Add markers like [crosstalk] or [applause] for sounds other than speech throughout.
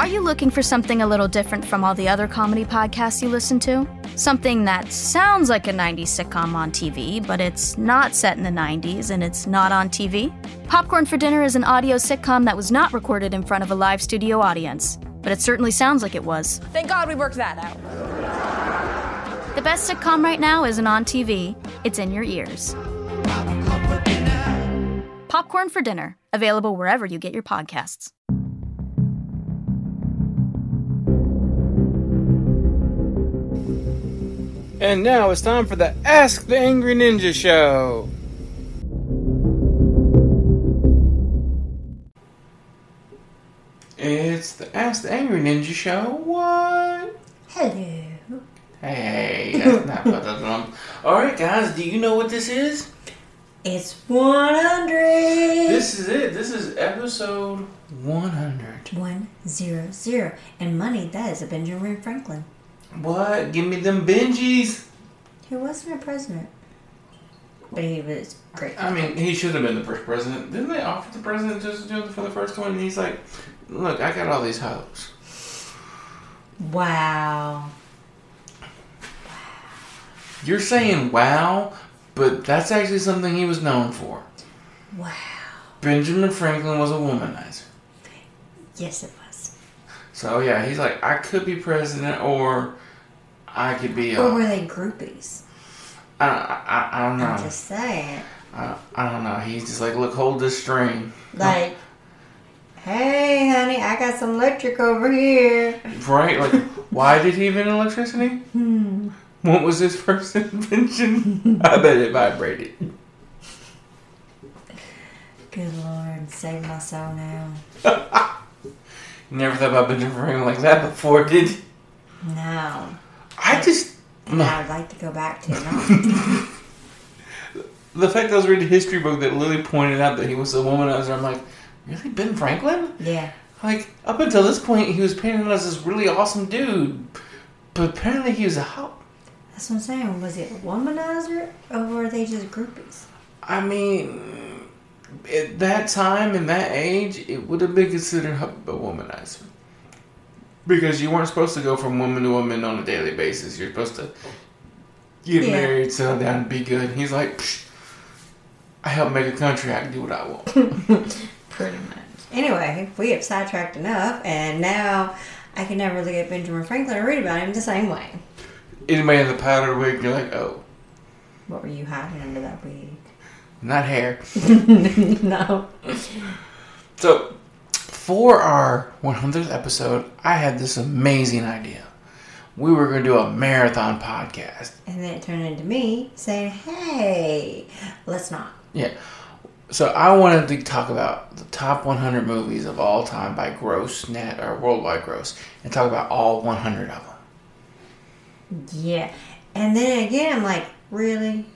Are you looking for something a little different from all the other comedy podcasts you listen to? Something that sounds like a 90s sitcom on TV, but it's not set in the 90s and it's not on TV? Popcorn for Dinner is an audio sitcom that was not recorded in front of a live studio audience, but it certainly sounds like it was. Thank God we worked that out. The best sitcom right now isn't on TV, it's in your ears. Popcorn for Dinner, available wherever you get your podcasts. And now it's time for the Ask the Angry Ninja Show. It's the Ask the Angry Ninja Show. What? Hello. Hey, that's not what that's wrong. All right, guys, do you know what this is? It's 100. This is it. This is episode 100. 100. And money, that is a Benjamin Franklin. What? Give me them Benjis. Who wasn't a president. But he was great. I mean, he should have been the first president. Didn't they offer the president just to do it for the first one? And he's like, look, I got all these hoes. Wow. You're saying wow, but that's actually something he was known for. Wow. Benjamin Franklin was a womanizer. Yes, it was. So yeah, he's like, I could be president or I could be a. Or were they groupies? I, I, I don't I'm know. just saying. I, I don't know. He's just like, look, hold this string. Like, hey, honey, I got some electric over here. Right? Like, why did he invent electricity? [laughs] Hmm. What was his first [laughs] invention? I bet it vibrated. Good lord, save my soul now. Never thought about Benjamin Franklin like that before, did you? No. I just. I'd like to go back to no. [laughs] The fact that I was reading a history book that Lily pointed out that he was a womanizer, I'm like, really? Ben Franklin? yeah. Like, up until this point, he was painted as this really awesome dude. But apparently, he was a help. That's what I'm saying. Was it a womanizer or were they just groupies? I mean, at that time and that age, it would have been considered a a womanizer. Because you weren't supposed to go from woman to woman on a daily basis. You're supposed to get Yeah. married, settle down, and be good. He's like, Psh, I help make a country. I can do what I want. [laughs] Pretty much. Anyway, we have sidetracked enough, and now I can never look at Benjamin Franklin or read about him the same way. Anybody in the powder wig, you're like, oh, What were you hiding under that wig? not hair. [laughs] no. So, for our 100th episode, I had this amazing idea. We were going to do a marathon podcast. And then it turned into me saying, hey, let's not. Yeah. So I wanted to talk about the top 100 movies of all time by gross net or worldwide gross, and talk about all 100 of them. Yeah. And then again, I'm like, really?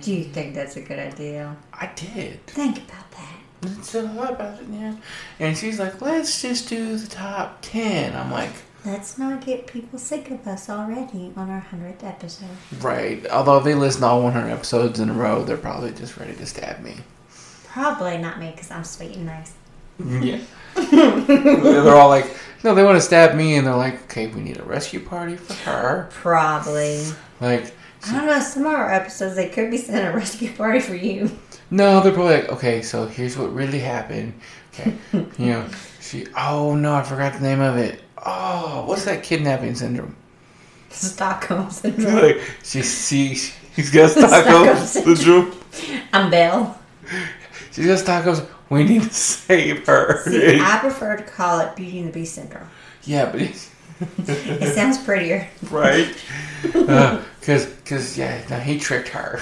Do you think that's a good idea? I did. Think about that. I said a lot about it, yeah. And she's like, "Let's just do the top 10." I'm like, Let's not get people sick of us already on our 100th episode. "Right." Although if they listen to all 100 episodes in a row, they're probably just ready to stab me. Probably not me because I'm sweet and nice. [laughs] Yeah. they're all like, "No, they want to stab me," and they're like, "Okay, we need a rescue party for her." Probably. Like, I don't know. Some of our episodes, they could be sending a rescue party for you. [laughs] No, they're probably like, okay, so here's what really happened. [laughs] Okay, you know, she. Oh no, I forgot the name of it. Oh, what's that kidnapping syndrome? Stockholm syndrome. Like, she, she, she's got Stockholm Stockholm syndrome. syndrome. [laughs] I'm Belle. She's got Stockholm. We need to save her. See, I prefer to call it Beauty and the Beast syndrome. yeah, but it's- It sounds prettier. right? [laughs] Uh, cause, cause, yeah, no, he tricked her.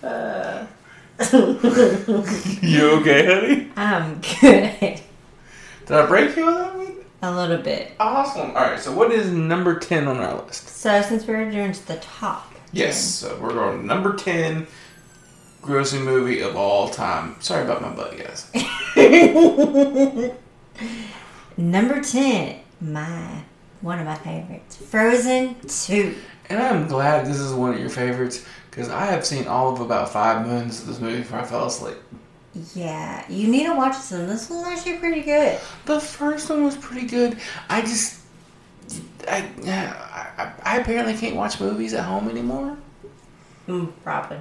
[laughs] you okay, honey? I'm [laughs] good. Did I break you on that one? a little bit. Awesome. All right. So, what is number ten on our list? So since we're doing to the top, Yes, so we're going number 10 grossing movie of all time. Sorry about my butt, guys. number ten, my one of my favorites, Frozen Two. and I'm glad this is one of your favorites because I have seen all of about five minutes of this movie before I fell asleep. Yeah, you need to watch this one. This one's actually pretty good. The first one was pretty good. I just, I, I, I apparently can't watch movies at home anymore. Mm, probably.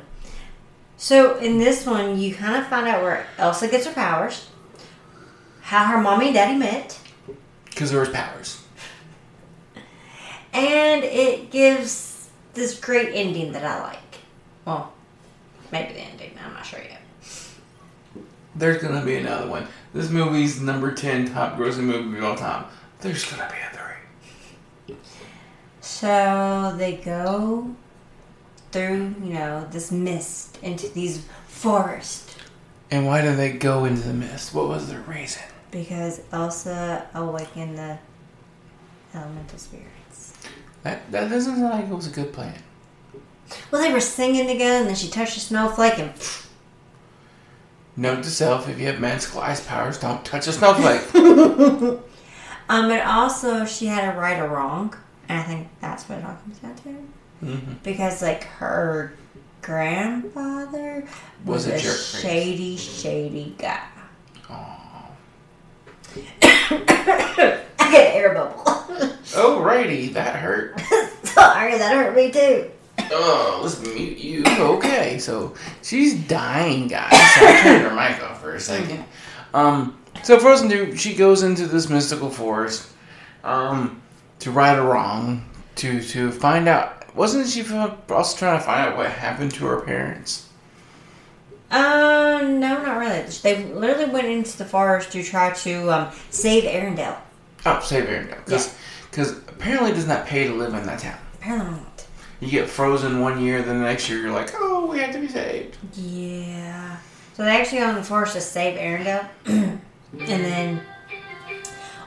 So in this one, you kind of find out where Elsa gets her powers, how her mommy and daddy met, Because there was powers. and it gives this great ending that I like. Well, maybe the ending. I'm not sure yet. There's gonna be another one. This movie's number ten top grossing movie of all time. There's gonna be a three. So they go through, you know, this mist into these forests And why do they go into the mist? What was their reason? because Elsa awakened the elemental spirits. That that doesn't sound like it was a good plan. Well, they were singing together, and then she touched a snowflake, and Note to self: If you have magical ice powers, don't touch a snowflake. [laughs] um, but also she had a right or wrong, and I think that's what it all comes down to. mm-hmm. Because like her grandfather was, Was a a, jerk face. shady, shady guy. [coughs] I get an air bubble. [laughs] Alrighty, that hurt. Sorry, that hurt me too. Oh, let's mute you. Okay, so she's dying, guys. So I turned her mic off for a second. Um, so Frozen 2, she goes into this mystical forest, um, to right or wrong, to to find out. Wasn't she f- also trying to find out what happened to her parents? Um, no, not really. They literally went into the forest to try to um, save Arendelle. Oh, save Arendelle, because apparently it does not pay to live in that town. Apparently not. You get frozen one year, then the next year you're like, oh, we have to be saved. Yeah. So they actually go in the forest to save Arendelle, [clears throat] and then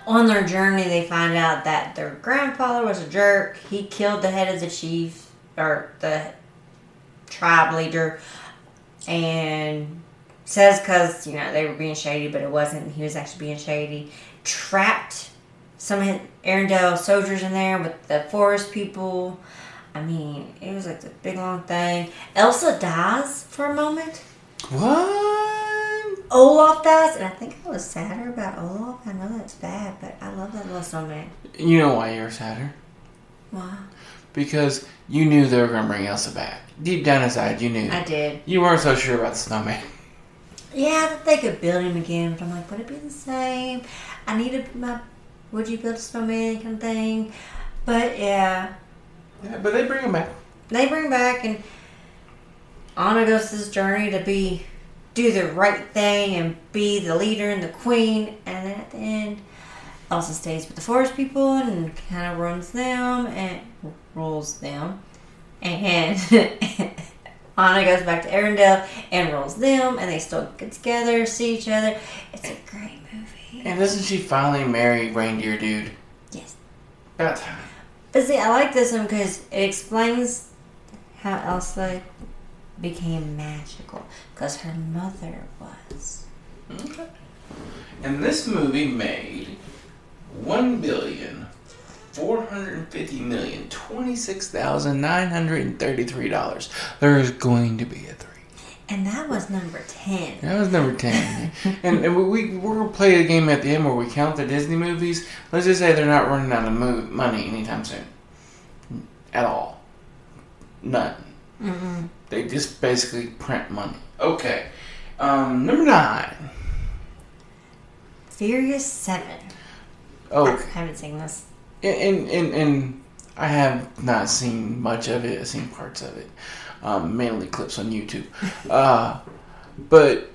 on their journey they find out that their grandfather was a jerk. He killed the head of the chief or the tribe leader, and says because you know they were being shady, but it wasn't. He was actually being shady. Trapped some of Arendelle soldiers in there with the forest people. I mean, it was like this big long thing. Elsa dies for a moment. What? Olaf dies, and I think I was sadder about Olaf. I know that's bad, but I love that little snowman. You know why you're sadder? Wow. because you knew they were going to bring Elsa back. Deep down inside, you knew. I did. You weren't so sure about the snowman. Yeah, I thought they could build him again, but I'm like, would it be the same? I needed my would you build a snowman kind of thing. But yeah, Yeah, but they bring him back. they bring him back, and Anna goes this journey to be do the right thing and be the leader and the queen, and then at the end, Elsa stays with the forest people and kind of runs them and rules them, and [laughs] Anna goes back to Arendelle and rules them, and they still get together, see each other. It's a great movie. And doesn't she finally marry Reindeer Dude? Yes. About time. But see, I like this one because it explains how Elsa became magical because her mother was. And this movie made one billion four hundred fifty million twenty-six thousand nine hundred and thirty-three dollars. There is going to be a three. And that was number 10. That was number ten. and and we we're gonna play a game at the end where we count the Disney movies. Let's just say they're not running out of mo- money anytime soon, at all. None. Mm-mm. They just basically print money. Okay. Um, number nine. Furious 7. I Oh, haven't seen this. and and and I have not seen much of it. I've seen parts of it, um, mainly clips on YouTube. Uh, but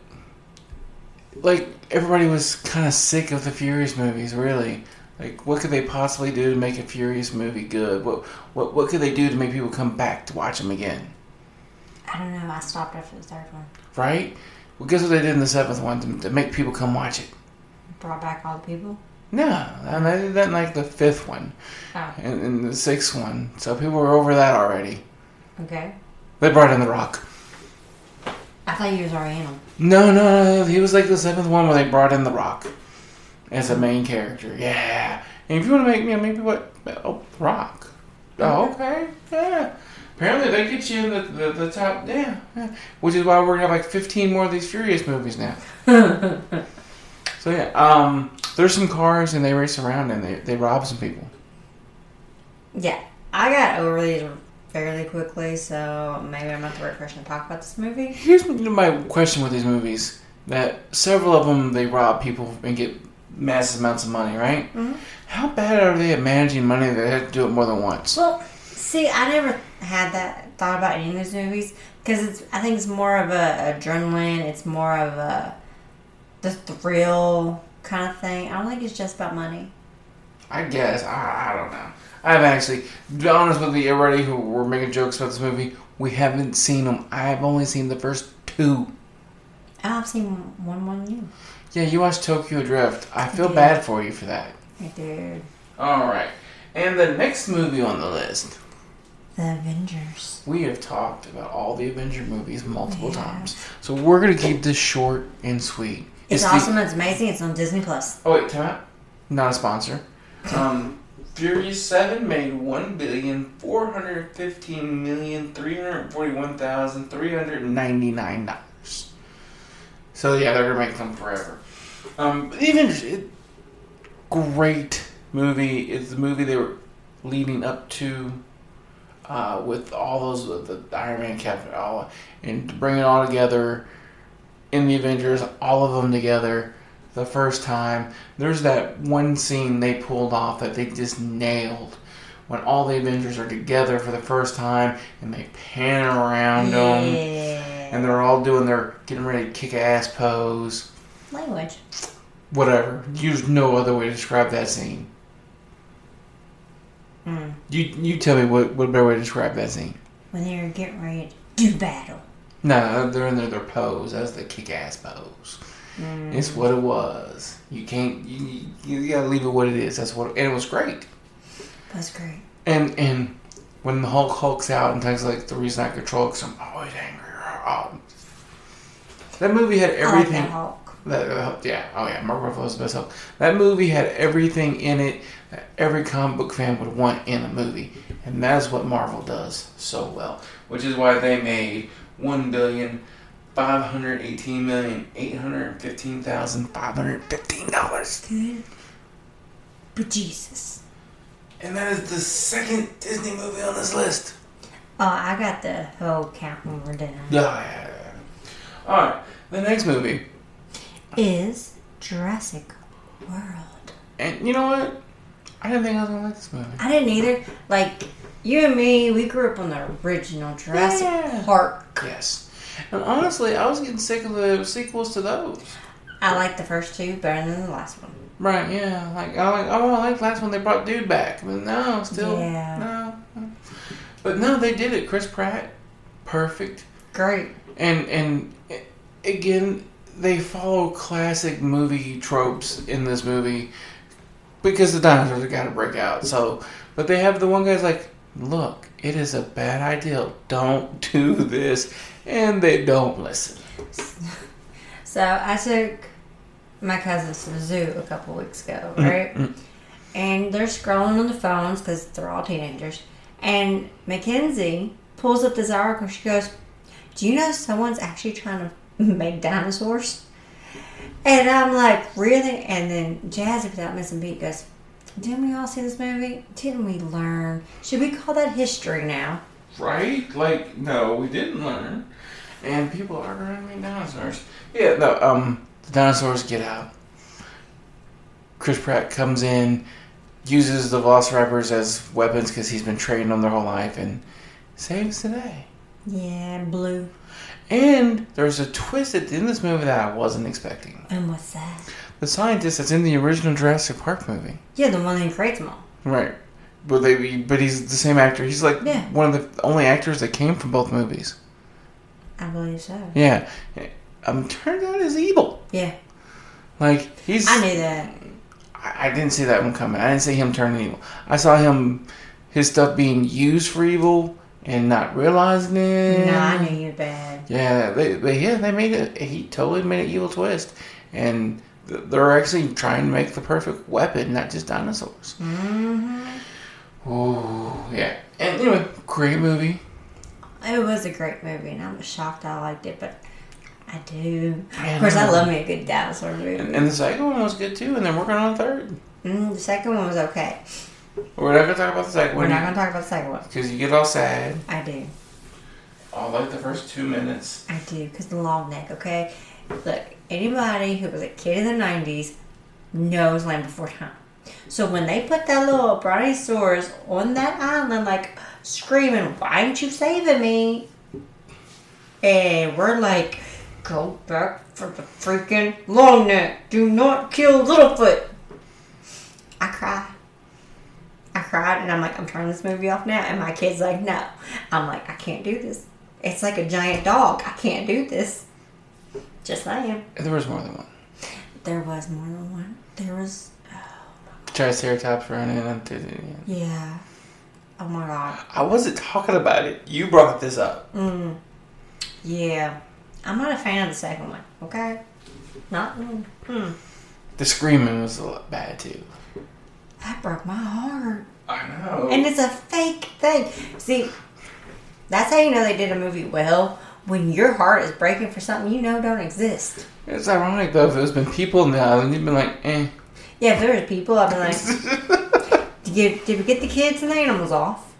like everybody was kind of sick of the Furious movies, really. Like, what could they possibly do to make a Furious movie good? What what what could they do to make people come back to watch them again? I don't know. I stopped after the third one. Right? Well, guess what they did in the seventh one to, to make people come watch it. Brought back all the people. No, and they did that in like the fifth one Oh, and, and the sixth one. So people were over that already. okay. They brought in The Rock. I thought you was Oriental. No, no, no. He was like the seventh one where they brought in The Rock as a main character. Yeah. And if you want to make me, maybe what? Oh, Rock. Oh, okay. Yeah. Apparently, they get you in the, the, the top. Yeah, yeah. Which is why we're gonna have like 15 more of these Furious movies now. so yeah, um, there's some cars and they race around and they, they rob some people. Yeah, I got over these fairly quickly, so maybe I'm not the right person to talk about this movie. Here's my question with these movies: that several of them they rob people and get massive amounts of money, right? Mhm. How bad are they at managing money? that They have to do it more than once. Well, see, I never had that thought about any of those movies because it's. I think it's more of a adrenaline. It's more of a the thrill kind of thing. I don't think it's just about money. I guess I, I don't know. I've actually, to be honest with you, everybody who were making jokes about this movie, we haven't seen them. I've only seen the first two. Oh, I've seen one one new. Yeah, you watched Tokyo Drift. I feel did. bad for you for that. Hey, dude, All right. And the next movie on the list, the Avengers. we have talked about all the Avenger movies multiple Yeah. times. So we're going to keep this short and sweet. It's, the- awesome. It's amazing. It's on Disney Plus. Oh wait, time out. Not a sponsor. Um, Furious Seven made one billion four hundred fifteen million three hundred forty-one thousand three hundred ninety-nine dollars. So yeah, they're gonna make them forever. Um, even it, great movie. It's the movie they were leading up to. Uh, with all those the, the Iron Man, Captain, all and to bring it all together in the Avengers, all of them together the first time. There's that one scene they pulled off that they just nailed when all the Avengers are together for the first time and they pan around them Yeah. um, and they're all doing their getting ready to kick ass pose. Language. Whatever. There's no other way to describe that scene. Mm. You you tell me what what better way to describe that scene? When they were getting ready to do battle. No, they're in their, their pose. That's the kick ass pose. Hmm. It's what it was. You can't. You, you, you gotta leave it what it is. That's what. And it was great. That's great. And and when the Hulk hulks out and things like the reason I control because I'm always angry. or, Oh. That movie had I everything. like the Hulk. that, uh, yeah, oh yeah, Mark Ruffalo's the best Hulk. That movie had everything in it that every comic book fan would want in a movie, and that's what Marvel does so well. Which is why they made one billion five hundred eighteen million eight hundred fifteen thousand five hundred fifteen dollars. Good. But Jesus. And that is the second Disney movie on this list. Oh, I got the whole count when we're done. Yeah, yeah, yeah. All right, the next movie, Is Jurassic World. and you know what? I didn't think I was gonna like this movie. I didn't either. Like, you and me, we grew up on the original Jurassic Yeah. Park. Yes, and honestly, I was getting sick of the sequels to those. I like the first two better than the last one. Right? Yeah. Like I like oh I like last when they brought dude back, but no, still Yeah. no. But no, they did it. Chris Pratt, perfect. Great. and and again they follow classic movie tropes in this movie because the dinosaurs have got to break out so but they have the one guy's like look it is a bad idea don't do this and they don't listen So I took my cousins to the zoo a couple weeks ago, right? And they're scrolling on the phones because they're all teenagers. And Mackenzie pulls up this article. She goes, "Do you know someone's actually trying to [laughs] make dinosaurs?" And I'm like, "Really?" And then Jazzy, without missing a beat, goes, "Didn't we all see this movie? Didn't we learn? Should we call that history now?" right like no we didn't learn and people are going to be dinosaurs yeah no um the dinosaurs get out chris pratt comes in uses the velociraptors as weapons because he's been training them their whole life and saves the day Yeah, blue. and there's a twist at the end of this movie that i wasn't expecting And what's that? the scientist that's in the original jurassic park movie Yeah, the one that creates them all. right but they but he's the same actor he's like Yeah. one of the only actors that came from both movies I believe so. Yeah. Um, turns out he's evil. Yeah, Like, he's. I knew that. I, I didn't see that one coming. I didn't see him turning evil. I saw him, his stuff being used for evil and not realizing it. No, I knew you bad. Yeah, they, they, yeah, they made it. He totally made an evil twist. And th- they're actually trying to make the perfect weapon, not just dinosaurs. Mm-hmm. Ooh, yeah. And anyway, great movie. It was a great movie, and I'm shocked I liked it, but I do. of course, I love me a good dinosaur movie. And, and the second one was good too, and they're working on a third. Mm, the second one was okay. We're not gonna talk about the second We're not one gonna talk about the second one. because you get all sad. I do. All Oh, like the first two minutes. I do, because the long neck, okay? Look, anybody who was a kid in the 90s knows Land Before Time. So when they put that little brontosaurus on that island, like screaming, Why aren't you saving me? And we're like, Go back for the freaking long neck. Do not kill Littlefoot. I cried. I cried and I'm like, I'm turning this movie off now. And my kid's like, no. I'm like, I can't do this. It's like a giant dog. I can't do this. Just saying. There was more than one. There was more than one. There was, Triceratops ran in and did it again. yeah. Oh my god. I wasn't talking about it. You brought this up. Mm. Yeah. I'm not a fan of the second one, okay? Not, mm, mm. The screaming was a lot bad too. That broke my heart. I know. And it's a fake thing. See, that's how you know they did a movie well. When your heart is breaking for something you know don't exist. it's ironic though. If there's been people in the island, you'd been like, eh. Yeah, if there was people, I'd be like, did, you, did we get the kids and the animals off?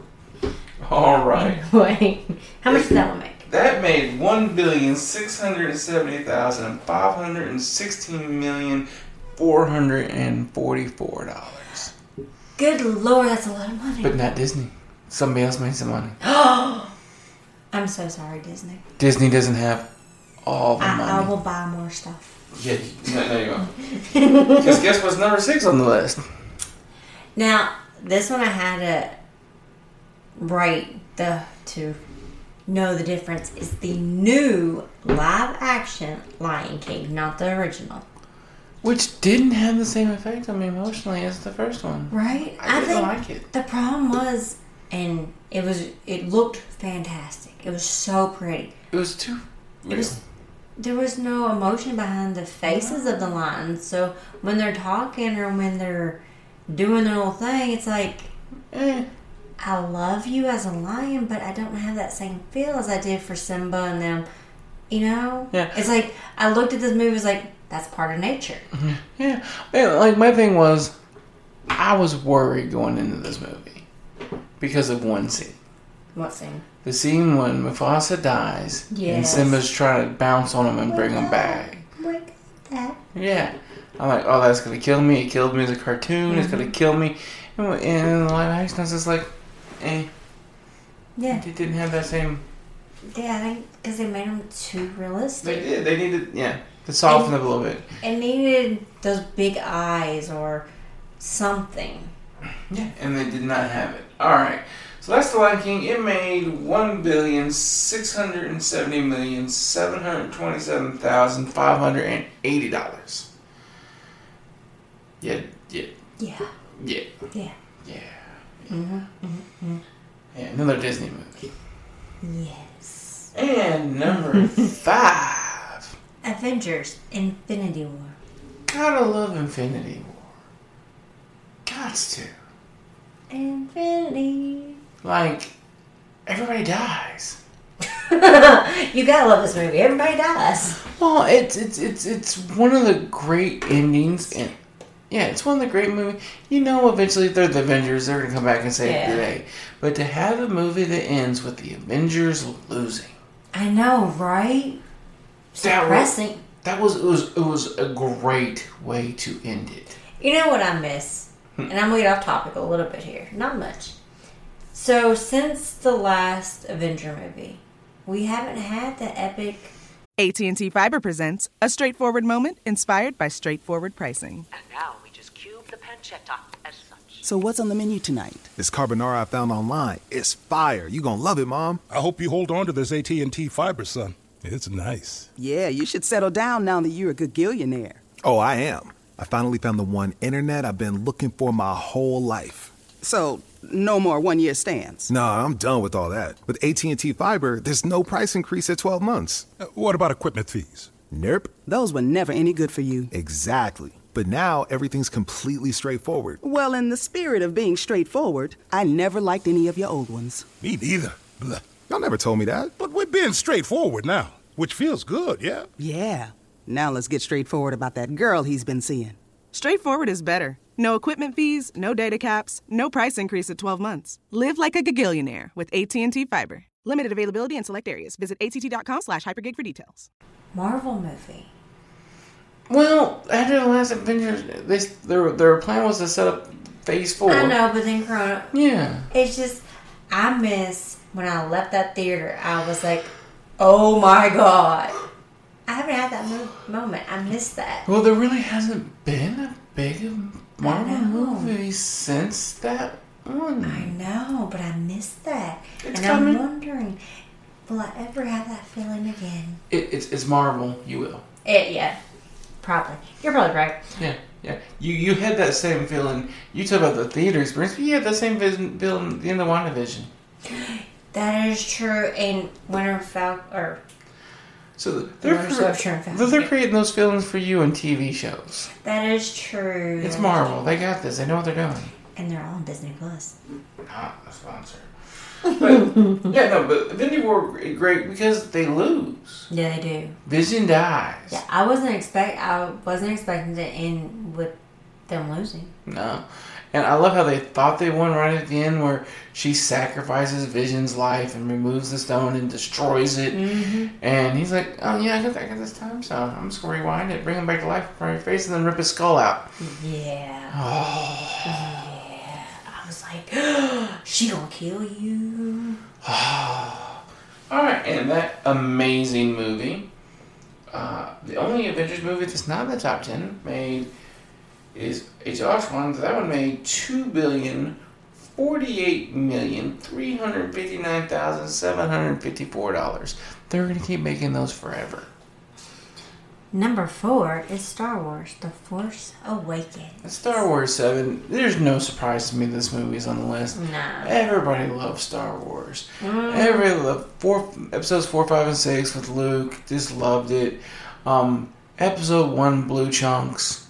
[laughs] all right. [laughs] Wait, how much did that one make? That made one billion six hundred seventy thousand five hundred and sixteen million four hundred and forty-four dollars. Good lord, that's a lot of money. But not Disney. Somebody else made some money. [gasps] I'm so sorry, Disney. Disney doesn't have all the money. I, I will buy more [laughs] stuff. Yeah, you- no, no, you won't. Because guess what's number six on the list? Now, this one I had to write the to know the difference is the new live action Lion King, not the original. Which didn't have the same effect on me emotionally as the first one. Right? I didn't like it. The problem was, and it was, it looked fantastic. It was so pretty. It was too. Real. was- There was no emotion behind the faces of the lions. So when they're talking or when they're doing their little thing, it's like, Eh. I love you as a lion, but I don't have that same feel as I did for Simba and them. You know? Yeah. It's like, I looked at this movie, it's like, that's part of nature. Yeah, Man, like my thing was, I was worried going into this movie because of one scene. What scene? The scene when Mufasa dies and Yes. Simba's trying to bounce on him and bring him back. Wake up, Dad. Yeah, I'm like, oh, that's gonna kill me. It killed me as a cartoon. It's gonna kill me. And w- and in the live action, I was just like, eh, Yeah. it didn't have that same. Yeah, I think because they made them too realistic. They did. They needed, yeah, to soften it a little bit. It needed those big eyes or something. Yeah, and they did not have it. All right, so that's the Lion King. It made one billion six hundred and seventy million seven hundred twenty-seven thousand five hundred and eighty dollars. Yeah, yeah, Yeah. yeah, Yeah. yeah, Mm-hmm. yeah. Another Disney movie. Yes. And number five. Avengers Infinity War. Gotta love Infinity War. Gots to. Infinity. Like, everybody dies. [laughs] you gotta love this movie. Everybody dies. Well, it's it's it's it's one of the great endings, and yeah, it's one of the great movie. You know, eventually if they're the Avengers. They're gonna come back and save Yeah. the day. But to have a movie that ends with the Avengers losing, I know, right? that was, Depressing. that was it was it was a great way to end it. You know what I miss? And I'm gonna get off topic a little bit here. Not much. So since the last Avenger movie, we haven't had the epic AT&T Fiber presents a straightforward moment inspired by straightforward pricing. And now we just cube the pancetta as such. So what's on the menu tonight? This carbonara I found online, it's fire. You gonna love it, Mom. I hope you hold on to this AT&T fiber, son. It's nice. Yeah, you should settle down now that you're a good gillionaire. Oh, I am. I finally found the one internet I've been looking for my whole life. So no more one-year stands. Nah, I'm done with all that. With AT&T Fiber, there's no price increase at 12 months. Uh, What about equipment fees? Nope. Those were never any good for you. Exactly. But now everything's completely straightforward. Well, in the spirit of being straightforward, I never liked any of your old ones. Me neither. Blah. Y'all never told me that. But we're being straightforward now, which feels good, yeah? Yeah. Now let's get straightforward about that girl he's been seeing. Straightforward is better. No equipment fees, no data caps, no price increase at 12 months. Live like a gagillionaire with AT&T Fiber. Limited availability in select areas. Visit att.com slash hypergig for details. Marvel movie. Well, after the last Avengers, they, their their plan was to set up Phase Four. I know, but then Corona. Yeah. It's just I miss when I left that theater. I was like, oh my god. I haven't had that mo- moment. I miss that. Well, there really hasn't been a big Marvel know. movie since that I one. know, but I miss that, and It's coming. I'm wondering, will I ever have that feeling again? It, it's, it's Marvel. You will. It Eh, yeah, probably. You're probably right. Yeah, yeah. You you had that same feeling. You talk about the theater experience. But you had that same vision, feeling at the end of WandaVision. That is true. And Winter Falcon, or So they're Winter cre- Soldier and Falcon. they're creating those feelings for you in TV shows. that is true. It's Marvel. They got this. They know what they're doing. and they're all on Disney Plus. not a sponsor. But [laughs] yeah, no, but Infinity War great because they lose. Yeah, they do. Vision dies. Yeah, I wasn't expect. I wasn't expecting to end with them losing. No. And I love how they thought they won right at the end where she sacrifices Vision's life and removes the stone and destroys it. And he's like, Oh yeah, I got that I got this time, so I'm just gonna rewind it, bring him back to life in front of your face and then rip his skull out. [sighs] Yeah. Oh. Yeah. I was like, [gasps] she gonna kill you. Alright, and that amazing movie. Uh, the only Avengers movie that's not in the top ten made is a Josh one. That one made two billion forty-eight million three hundred fifty-nine thousand seven hundred fifty-four dollars. They're gonna keep making those forever. Number four is Star Wars: The Force Awakens. And Star Wars Seven. There's no surprise to me. This movie's on the list. Nah. Everybody loves Star Wars. Everybody loved four episodes four, five, and six with Luke. Just loved it. Um, episode one blew chunks.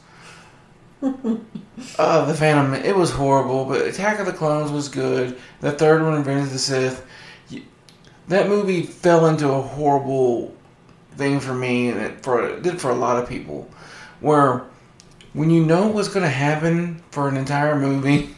uh, the Phantom. It was horrible, but Attack of the Clones was good. The third one, Revenge of the Sith. y- That movie fell into a horrible thing for me, and it for it did for a lot of people, where when you know what's going to happen for an entire movie,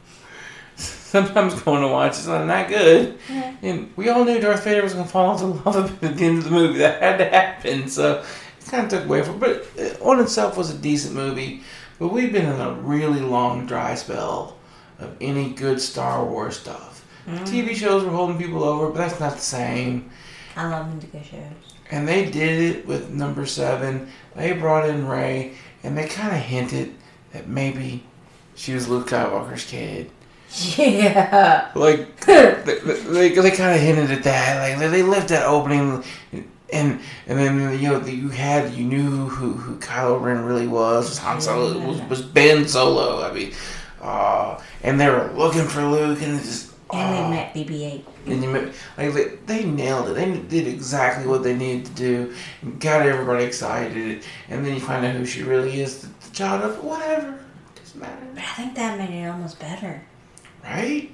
[laughs] sometimes going to watch it's not that good. And we all knew Darth Vader was going to fall into the lava pit [laughs] at the end of the movie. That had to happen. So it kind of took away from But it on itself was a decent movie. But we've been in a really long dry spell of any good Star Wars stuff. TV shows were holding people over, but that's not the same. I love Indigo shows. And they did it with number seven. They brought in Ray, and they kind of hinted that maybe she was Luke Skywalker's kid. [laughs] Yeah. Like they, they, they kind of hinted at that. Like they, they left that opening, and and then you know you had you knew who who Kylo Ren really was. Was Han Solo was, was Ben Solo. I mean, uh, and they were looking for Luke, and it just And ah. they met BB-8. And you, ma- like they, they nailed it. They did exactly what they needed to do. Got everybody excited, and then you find out who she really is. The, the child of whatever doesn't matter, But I think that made it almost better. right?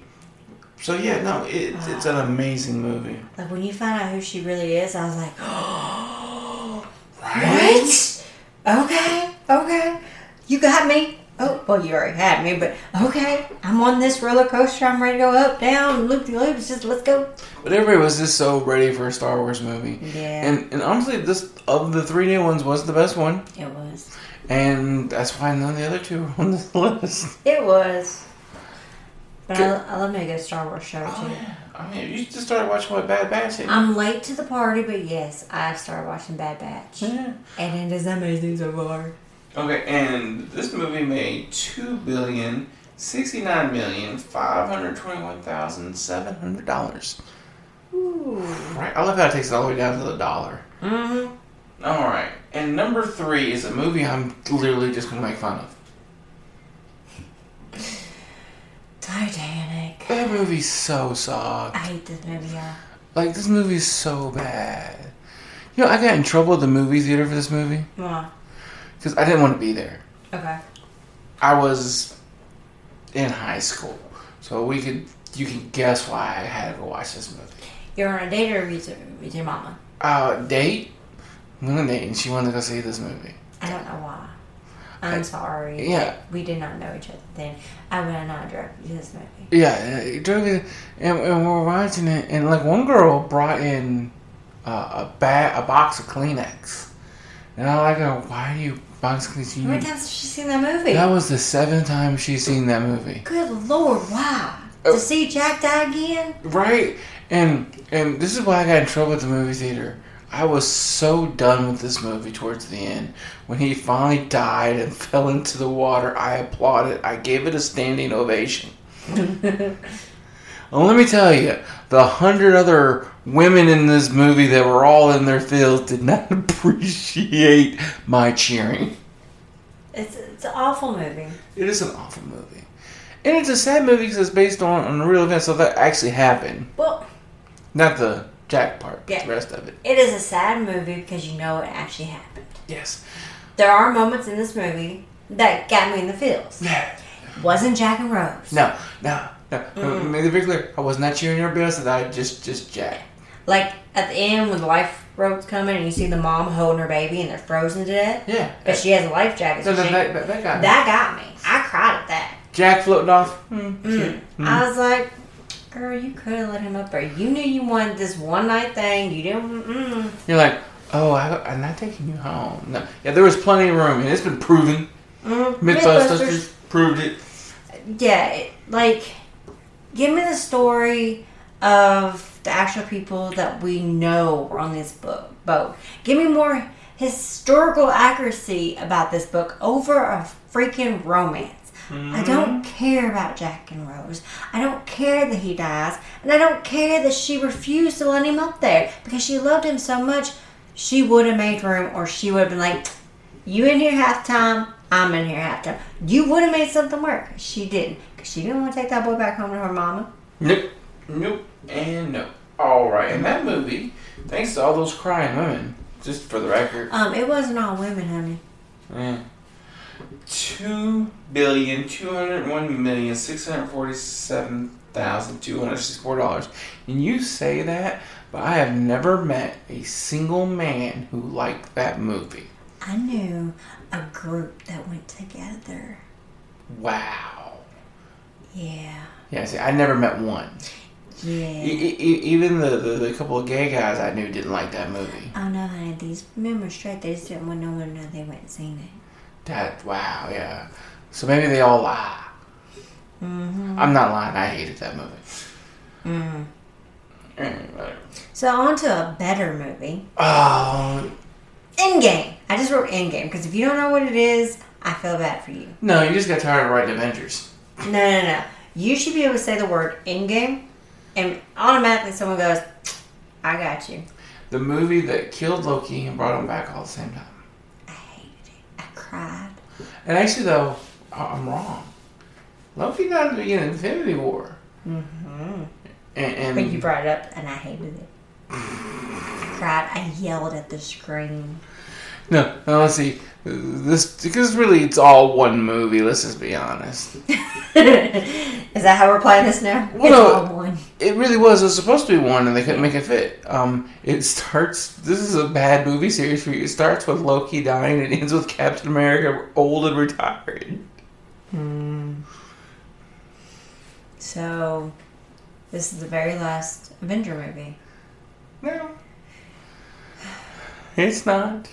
So yeah, no, it, it's an amazing movie. Like when you found out who she really is, I was like, [gasps] oh, what? Okay, okay, you got me. Oh, well, you already had me, but okay, I'm on this roller coaster. I'm ready to go up, down, loop de loops. Just let's go. But everybody was just so ready for a Star Wars movie. Yeah. And and honestly, this of the three new ones was the best one, It was. and that's why none of the other two were on this [laughs] list. It was. But I, I love me a good Star Wars show too. I mean, you just started watching what Bad Batch. did. I'm late to the party, but yes, I've started watching Bad Batch, Yeah. and it is amazing so far. Okay, and this movie made two billion sixty-nine million five hundred twenty-one thousand seven hundred dollars. Right, I love how it takes it all the way down to the dollar. Mm-hmm. All right, and number three is a movie I'm literally just gonna make fun of. Titanic. That movie's so soft. I hate this movie, y'all. Like this movie's so bad. You know, I got in trouble at the movie theater for this movie Mwah. because I didn't want to be there. Okay. I was in high school, so we could you can guess why I had to go watch this movie. You're on a date or with, your- with your mama? Uh, date? We went on a date and she wanted to go see this movie. I don't know why. I'm sorry. yeah. We did not know each other then. I would not drug you to this movie. Yeah, uh, drug it, and, and we were watching it, and like one girl brought in uh, a bag, a box of Kleenex, and I like her. Why do you box Kleenex? How many You, times has she seen Mm. that movie? that was the seventh time she's seen that movie. Good lord, why? Oh. To see Jack die again? Right, and and this is why I got in trouble at the movie theater. I was so done with this movie towards the end. When he finally died and [laughs] fell into the water, I applauded. I gave it a standing ovation. and let me tell you, the hundred other women in this movie that were all in their fields did not [laughs] appreciate my cheering. It's, it's an awful movie. It is an awful movie. And it's a sad movie because it's based on, on a real event, so that actually happened. Well, Not the Jack part, but Yeah. the rest of it. it is a sad movie because you know it actually happened. Yes. There are moments in this movie that got me in the feels. Wasn't Jack and Rose. No, no, no. Mm-hmm. Make it very clear. I was not cheering your best. and I just, just Jack. Like at the end when the life rope's coming and you see the mom holding her baby and they're frozen to death. Yeah. But she has a life jacket. No, so no, she- that, that, that guy. that got me. I cried at that. Jack floating off. Mm-hmm. Hmm. I was like, girl, you could have let him up there. You knew you wanted this one night thing. You didn't. Mm-mm. You're like, oh, I, I'm not taking you home. No. Yeah, there was plenty of room, and it's been proven. Mythbusters Mm-hmm. Mythbusters. proved it. Yeah, it, like, give me the story of the actual people that we know were on this book, boat. Give me more historical accuracy about this book over a freaking romance. I don't care about Jack and Rose. I don't care that he dies. And I don't care that she refused to let him up there because she loved him so much. She would have made room or she would have been like, You in here halftime, I'm in here halftime. You would have made something work. She didn't because she didn't want to take that boy back home to her mama. Nope, nope, and no. All right, in that movie, thanks to all those crying women, just for the record, Um, It wasn't all women, honey. Yeah. Two billion two hundred one million six hundred forty seven thousand two hundred sixty four dollars. And you say that, but I have never met a single man who liked that movie. I knew a group that went together. Wow. Yeah. Yeah, see, I never met one. E- Yeah. e- e- even the, the, the couple of gay guys I knew didn't like that movie. Oh no, honey, these men were straight. They just didn't want no one to know they went and seen it. That wow, yeah. So maybe they all lie. I'm not lying. I hated that movie. Anyway. So on to a better movie, Oh Endgame. I just wrote Endgame because if you don't know what it is, I feel bad for you. [laughs] no, you just got tired of writing Avengers. No, no, no. You should be able to say the word Endgame, and automatically someone goes, "I got you." The movie that killed Loki and brought him back all at the same time. I hated it. I cried. And actually, though, I- I'm wrong. Loki died at the beginning of Infinity War. Mm-hmm. And, and But you brought it up, and I hated it. I [laughs] cried. I yelled at the screen. no, no, let's see. This because really it's all one movie. Let's just be honest. [laughs] Is that how we're playing this now? Well, it's no. all one. It really was. It was supposed to be one, and they couldn't make it fit. Um, it starts. This is a bad movie series for you. It starts with Loki dying. It ends with Captain America old and retired. So, this is the very last Avenger movie. No. It's not.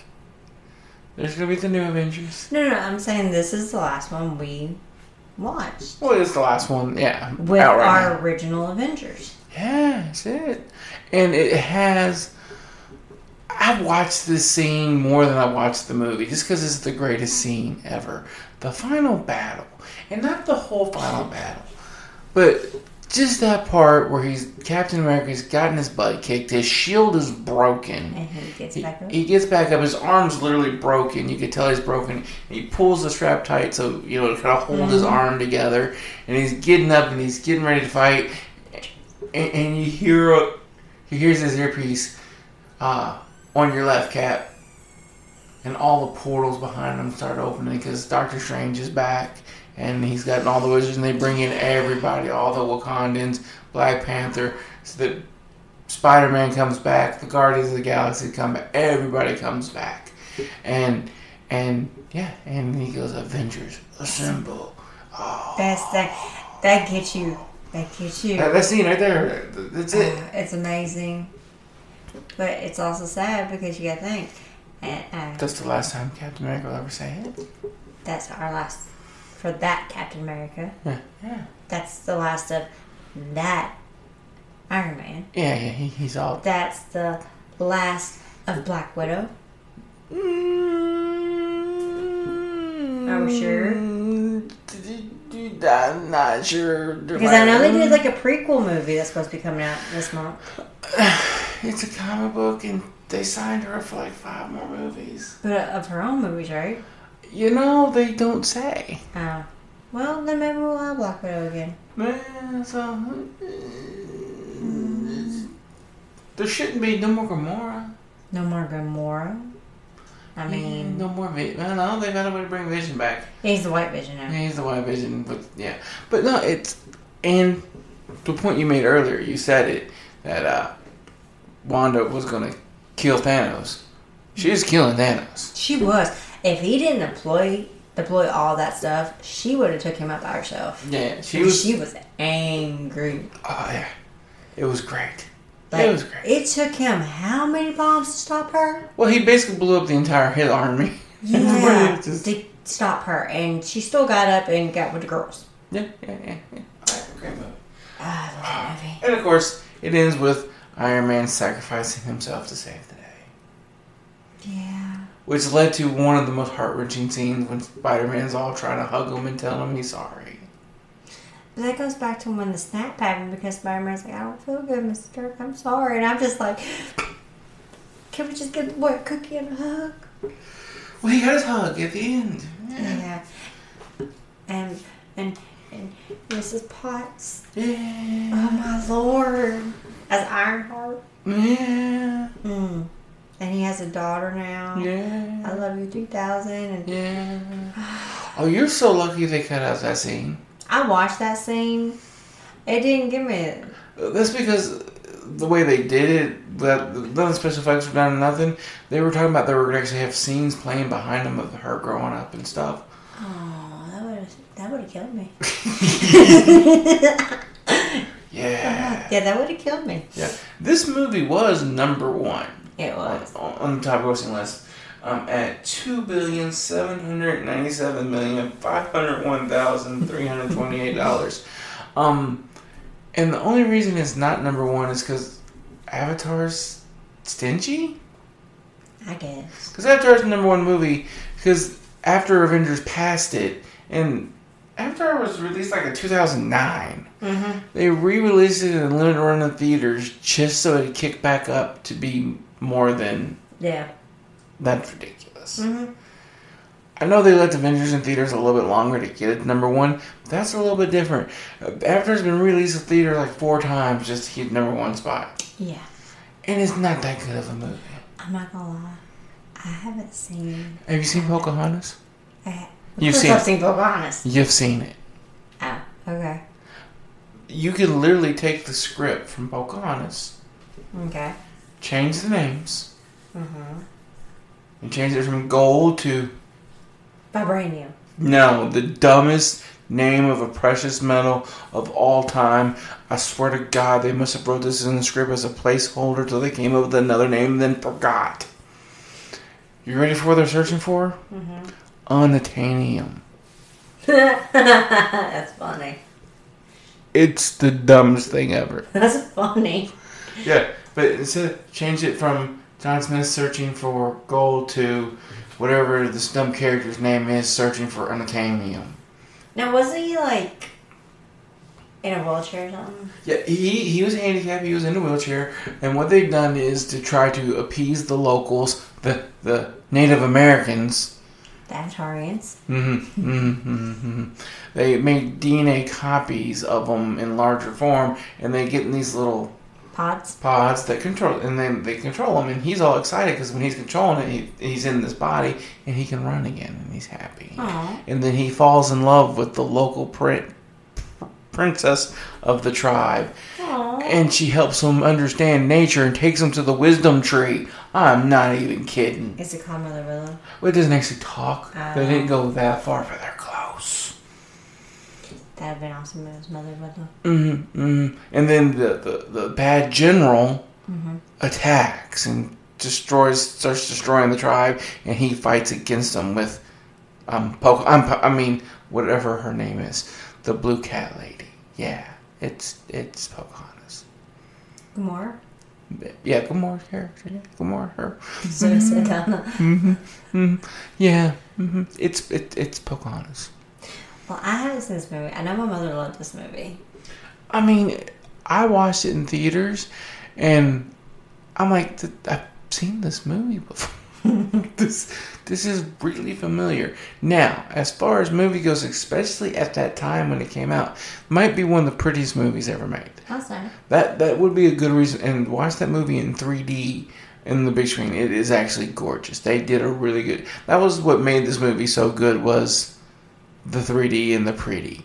There's gonna be the new Avengers. No, no, no, I'm saying this is the last one we watched Well, it's the last one, yeah. with out right our now. original Avengers. Yeah, that's it. And it has. I've watched this scene more than I watched the movie, just because it's the greatest scene ever. The final battle, and not the whole final battle, but just that part where he's Captain America's gotten his butt kicked, his shield is broken, And he gets He, back up. he gets back up. His arm's literally broken. You could tell he's broken. He pulls the strap tight so you know to kind of hold his Mm-hmm. arm together. And he's getting up and he's getting ready to fight. And, and you hear a, he hears his earpiece uh, on your left cap. And all the portals behind him start opening because Doctor Strange is back and he's gotten all the wizards, and they bring in everybody, all the Wakandans, Black Panther, so that Spider-Man comes back, the Guardians of the Galaxy come back, everybody comes back, and and yeah, and he goes Avengers Assemble. That's that. That gets you. That gets you. That, that scene right there, th- that's it. Uh, it's amazing, but it's also sad because you got to think. And, uh, That's the last time Captain America will ever say it. that's our last for that Captain America. Yeah, yeah, That's the last of that Iron Man. yeah. yeah he, he's all That's the last of Black Widow. Are we sure? I'm not sure. Because I know they did like a prequel movie that's supposed to be coming out this month. It's a comic book, and they signed her for like five more movies. But of her own movies, right? You know, they don't say. Oh. Well, then maybe we'll have Black Widow again. Man, so. uh, There shouldn't be no more Gamora. No more Gamora. I mean, No more Vision. I don't know, they found a way to bring Vision back. he's the White Vision now. Yeah, he's the white vision, but yeah. But no, it's and the point you made earlier, you said it that uh Wanda was gonna kill Thanos. She's killing Thanos. She was. If he didn't employ deploy all that stuff, she would have took him out by herself. Yeah, she She was, was. angry. Oh yeah, it was great. Like, it was great. It took him how many bombs to stop her? Well, he basically blew up the entire hit army. [laughs] Yeah, Just- to stop her, and she still got up and got with the girls. yeah, yeah, yeah. yeah. All right, great movie. Ah, I love that movie. And of course, it ends with Iron Man sacrificing himself to save the day. Yeah. which led to one of the most heart-wrenching scenes when Spider-Man's all trying to hug him and tell him he's sorry. But that goes back to when the snap happened because Spider-Man's like, I don't feel good, Mr. Dirk. I'm sorry. And I'm just like, can we just give the boy a cookie and a hug? Well, he got his hug at the end. Yeah. And, and, and Mrs. Potts. Yeah. Oh, my Lord. As Ironheart. Yeah. Mm. And he has a daughter now. Yeah. I love you 3000. And Yeah. Oh, you're so lucky they cut out that scene. I watched that scene. It didn't give me. Uh, That's because the way they did it, that none of the special effects were done, nothing. They were talking about they were going to actually have scenes playing behind them of her growing up and stuff. Oh, that would have that would have killed [laughs] me. Yeah. Yeah, that would have killed me. Yeah. This movie was number one. It on, was. on on the top grossing list um, at two billion seven hundred ninety seven million five hundred one thousand three hundred twenty eight dollars. Um, and the only reason it's not number one is because Avatar's stingy. I guess. Because Avatar's the number one movie. Because after Avengers passed it, and Avatar was released like in two thousand nine. Mm-hmm. They re-released it in limited run in theaters just so it would kick back up to be more than Yeah. that's ridiculous. Mm-hmm. I know they left Avengers in theaters a little bit longer to get it to number one. but That's a little bit different. Uh, Avatar's been released in theater like four times just to keep number one spot, Yeah. and it's not that good of a movie. I'm not gonna lie. I haven't seen. Have you seen Pocahontas? I ha- Uh-huh. Of You've course seen I've it. seen Pocahontas. You've seen it. Oh, okay. You can literally take the script from Pocahontas, Okay. change the names, and change it from gold to Vibranium. [laughs] No, the dumbest name of a precious metal of all time. I swear to God, they must have wrote this in the script as a placeholder till they came up with another name, and then forgot. You ready for what they're searching for? Mm-hmm. Unattainium. that's funny. It's the dumbest thing ever. That's funny. yeah, but instead change it from John Smith searching for gold to whatever this dumb character's name is searching for unattainium. Now wasn't he like in a wheelchair or something? Yeah, he, he was handicapped. He was in a wheelchair, and what they've done is to try to appease the locals, the the Native Americans. Mm-hmm, The Avatarians. They make DNA copies of them in larger form, and they get in these little Pods. pods that control and then they control him and he's all excited because when he's controlling it he, he's in this body and he can run again and he's happy Aw. and then he falls in love with the local prin- princess of the tribe Aww. and she helps him understand nature and takes him to the wisdom tree i'm not even kidding Is it called Mother Willow? well, it doesn't actually talk they Oh. didn't go that far but they're close That'd have been awesome if it was Mother Willow. Mm-hmm. And then the, the, the bad general attacks and destroys, starts destroying the tribe, and he fights against them with, um, Poco, um, Po- I mean, whatever her name is, the blue cat lady. Yeah, it's it's Pocahontas. Gamora? Yeah, Gamora's character. Yeah, Gamora, her. Zoe Yeah, hmm it's it, it's Pocahontas. Well, I haven't seen this movie. I know my mother loved this movie. I mean, I watched it in theaters, and I'm like, "Th- I've seen this movie before. [laughs] this this is really familiar. Now, as far as movie goes, especially at that time when it came out, might be one of the prettiest movies ever made. Awesome. That that would be a good reason. And watch that movie in 3D in the big screen. It is actually gorgeous. They did a really good. That was what made this movie so good was the 3D and the pretty.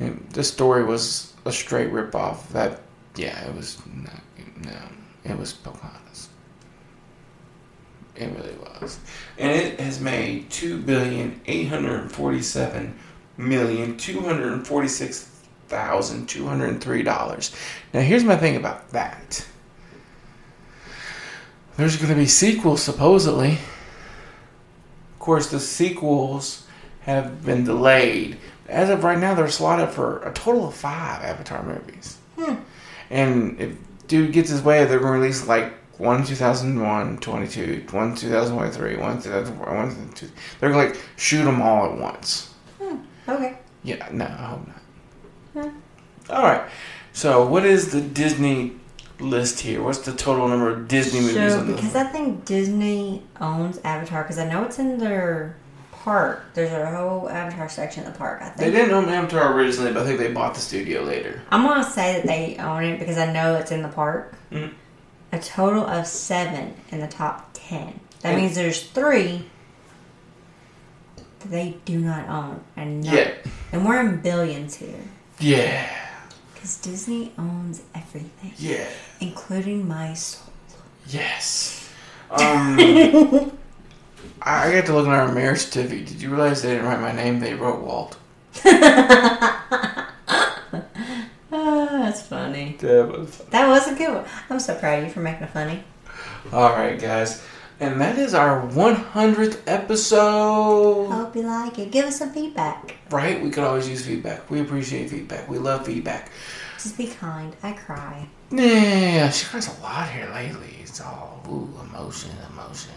And the story was a straight rip off. That yeah, it was not, no, it was Pocahontas. It really was, and it has made two billion eight hundred forty-seven million two hundred forty-six thousand two hundred three dollars. Now here's my thing about that. There's going to be sequels supposedly. Of course, the sequels have been delayed. As of right now, they're slotted for a total of five Avatar movies. And if dude gets his way, they're going to release like one in 2001, 22, one in 2023, one in 2004, one in 2000. They're going to like shoot them all at once. Okay. Yeah, no, I hope not. All right. So, what is the Disney list here? What's the total number of Disney movies So, on because this? I think Disney owns Avatar, because I know it's in their park. There's a whole Avatar section in the park, I think. They didn't own Avatar originally, but I think they bought the studio later. I'm gonna say that they own it because I know it's in the park. Mm-hmm. A total of seven in the top ten. That means there's three that they do not own, and not, Yeah. and we're in billions here Yeah. because Disney owns everything, Yeah. including my soul. Yes. [laughs] Um, I I got to look at our marriage certificate. Did you realize they didn't write my name? They wrote Walt. Oh, that's funny. That was That was a good one. I'm so proud of you for making it funny. All right, guys. And that is our 100th episode. Hope you like it. Give us some feedback. Right? We could always use feedback. We appreciate feedback. We love feedback. Just be kind. I cry. Yeah, she cries a lot here lately. It's all ooh, emotion, emotion.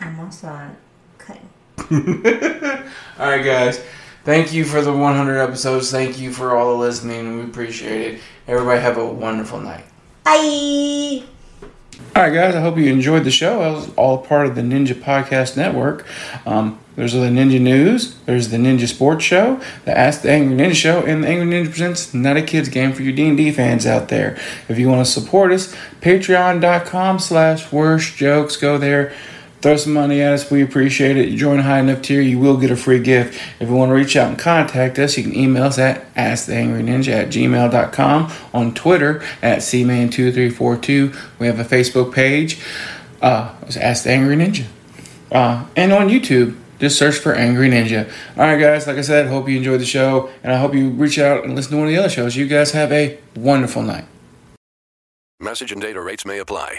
I'm also on cutting. All right, guys. Thank you for the 100 episodes. Thank you for all the listening. We appreciate it. Everybody have a wonderful night. Bye. All right, guys. I hope you enjoyed the show. I was all part of the Ninja Podcast Network. Um, there's the Ninja News. There's the Ninja Sports Show, the Ask the Angry Ninja Show, and the Angry Ninja presents Not a Kids Game for you D and D fans out there. If you want to support us, Patreon.com/slash Worst Jokes. Go there. Throw some money at us. We appreciate it. You join a high enough tier, you will get a free gift. If you want to reach out and contact us, you can email us at asktheangryninja at gmail.com, on Twitter at cman2342. We have a Facebook page. Uh, it's Ask the Angry Ninja. Uh, and on YouTube, just search for Angry Ninja. All right, guys, like I said, hope you enjoyed the show, and I hope you reach out and listen to one of the other shows. You guys have a wonderful night. Message and data rates may apply.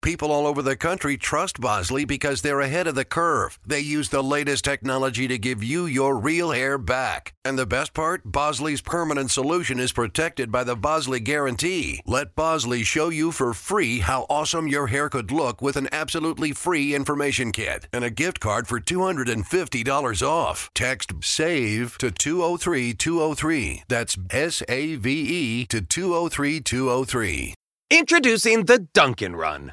People all over the country trust Bosley because they're ahead of the curve. They use the latest technology to give you your real hair back. And the best part? Bosley's permanent solution is protected by the Bosley Guarantee. Let Bosley show you for free how awesome your hair could look with an absolutely free information kit and a gift card for $250 off. Text SAVE to 203203. That's S A V E to 203203. Introducing the Dunkin' Run,